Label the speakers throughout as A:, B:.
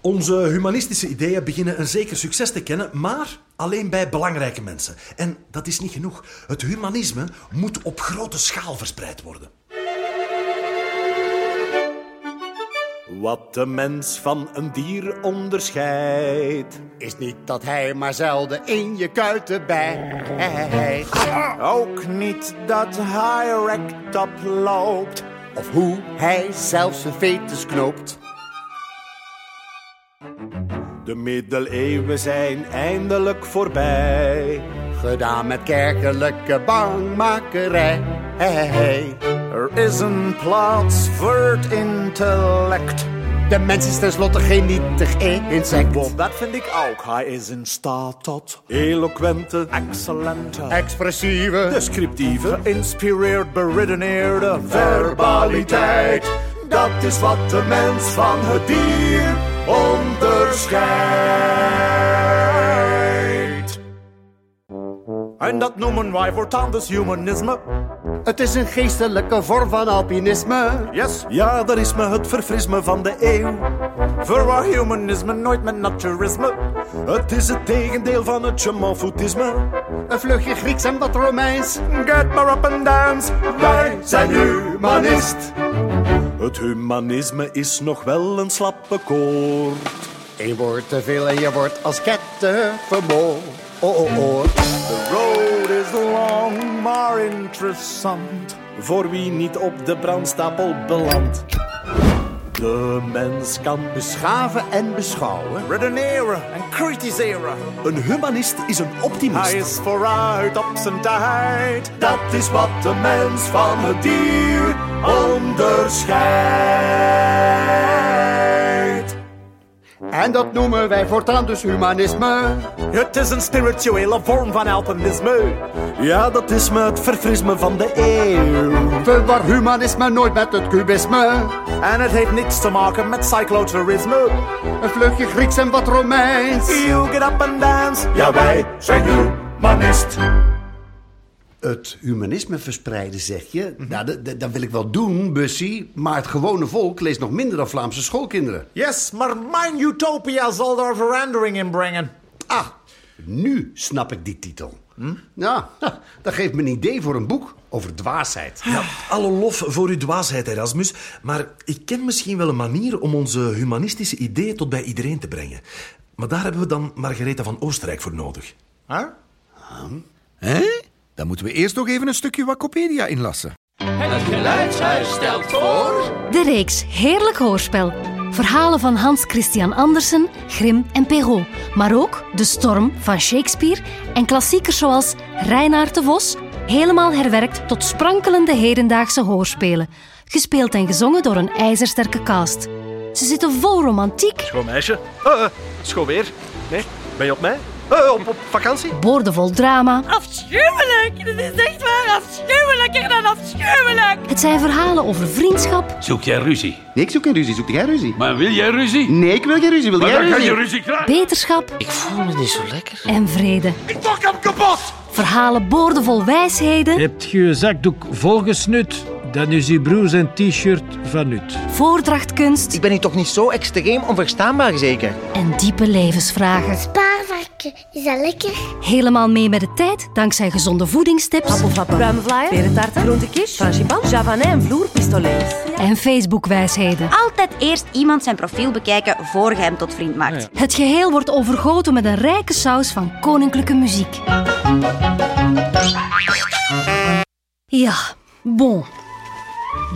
A: Onze humanistische ideeën beginnen een zeker succes te kennen, maar alleen bij belangrijke mensen. En dat is niet genoeg. Het humanisme moet op grote schaal verspreid worden. Wat de mens van een dier onderscheidt.
B: Is niet dat hij maar zelden in je kuiten bijt.
C: Ook niet dat hij rechtop loopt.
B: Of hoe hij zelfs zijn vetus knoopt.
A: De middeleeuwen zijn eindelijk voorbij.
B: Gedaan met kerkelijke bangmakerij.
C: Er is een plaats voor het intellect.
B: De mens is tenslotte geen nietig insect.
C: Want dat vind ik ook. Hij is in staat tot
A: Eloquente,
C: excellente,
B: Expressieve.
A: descriptieve,
C: inspireerd, beredeneerde verbaliteit. Dat is wat de mens van het dier onderscheidt. En dat noemen wij voortaan dus humanisme.
B: Het is een geestelijke vorm van alpinisme.
C: Yes,
A: Ja, daar is me het verfrisme van de eeuw.
C: verwaar humanisme nooit met naturisme.
A: Het is het tegendeel van het chamanfoutisme.
B: Een vluchtje Grieks en wat Romeins.
C: Get maar up and dance, wij zijn humanist.
A: Het humanisme is nog wel een slappe koor.
B: Eén woord te veel en je wordt als ketten vermoord. Oh, oh, oh.
C: The road is long, maar interessant.
A: Voor wie niet op de brandstapel belandt. De mens kan dus.
B: Beschaven en beschouwen.
C: Redeneren en kritiseren.
A: Een humanist is een
C: Hij
A: optimist.
C: is vooruit op zijn tijd. Dat is wat de mens van het dier onderscheidt.
B: En dat noemen wij voortaan dus humanisme.
C: Het is een spirituele vorm van alpinisme.
A: Ja, dat is me het verfrisme van de eeuw.
B: Verwar humanisme nooit met het kubisme.
C: En het heeft niets te maken met cyclotourisme.
B: Een vluchtje Grieks en wat Romeins.
C: You get up and dance. Ja, wij zijn humanist.
B: Het humanisme verspreiden, zeg je. Nou, dat, dat- dat wil ik wel doen, Bussie. Maar het gewone volk leest nog minder dan Vlaamse schoolkinderen.
C: Yes, maar mijn utopia zal daar verandering in brengen.
B: Ah, nu snap ik die titel. Ja, ha, dat geeft me een idee voor een boek over dwaasheid.
A: Ja, alle lof voor uw dwaasheid, Erasmus. Maar ik ken misschien wel een manier om onze humanistische ideeën tot bij iedereen te brengen. Maar daar hebben we dan Margaretha van Oostenrijk voor nodig.
C: Huh?
D: Hé? Dan moeten we eerst nog even een stukje Wikipedia inlassen.
E: De reeks Heerlijk Hoorspel. Verhalen van Hans Christian Andersen, Grimm en Perrault. Maar ook De Storm van Shakespeare en klassiekers zoals Reinaard de Vos. Helemaal herwerkt tot sprankelende hedendaagse hoorspelen. Gespeeld en gezongen door een ijzersterke cast. Ze zitten vol romantiek,
F: Schoon meisje. Eh, eh, schoon weer. Nee, ben je op mij? Eh, op, op vakantie? Ah.
E: boordevol drama.
G: Afschuwelijk! Dit is echt waar afschuwelijker dan afschuwelijk!
E: Het zijn verhalen over vriendschap,
H: Zoek jij ruzie?
B: Nee, ik zoek geen ruzie. Zoek jij ruzie?
H: Maar wil jij ruzie?
B: Nee, ik wil geen ruzie. Wil
H: Maar
B: jij
H: dan
B: ruzie?
H: ga je ruzie krijgen.
E: beterschap
I: Ik voel me niet zo lekker.
E: en vrede.
H: Ik pak hem kapot!
E: Verhalen boordevol wijsheden.
J: Hebt je je zakdoek volgesnut? Dan is je broer zijn t-shirt van nut.
E: voordrachtkunst
I: Ik ben hier toch niet zo extreem onverstaanbaar zeker?
E: en diepe levensvragen.
G: Spaarvarken, is dat lekker?
E: Helemaal mee met de tijd dankzij gezonde voedingstips
G: Ruime vlaaien, perentaarten, groente kies, frangipan, javanais en vloerpistolets.
E: en Facebookwijsheden.
G: Altijd eerst iemand zijn profiel bekijken voor je hem tot vriend maakt.
E: Het geheel wordt overgoten met een rijke saus van koninklijke muziek. Ja, bon.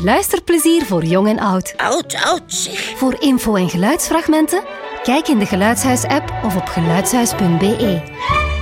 E: Luisterplezier voor jong en oud.
G: Oud, oud, zeg.
E: Voor E. info en geluidsfragmenten, kijk in de Geluidshuis-app of op geluidshuis.be.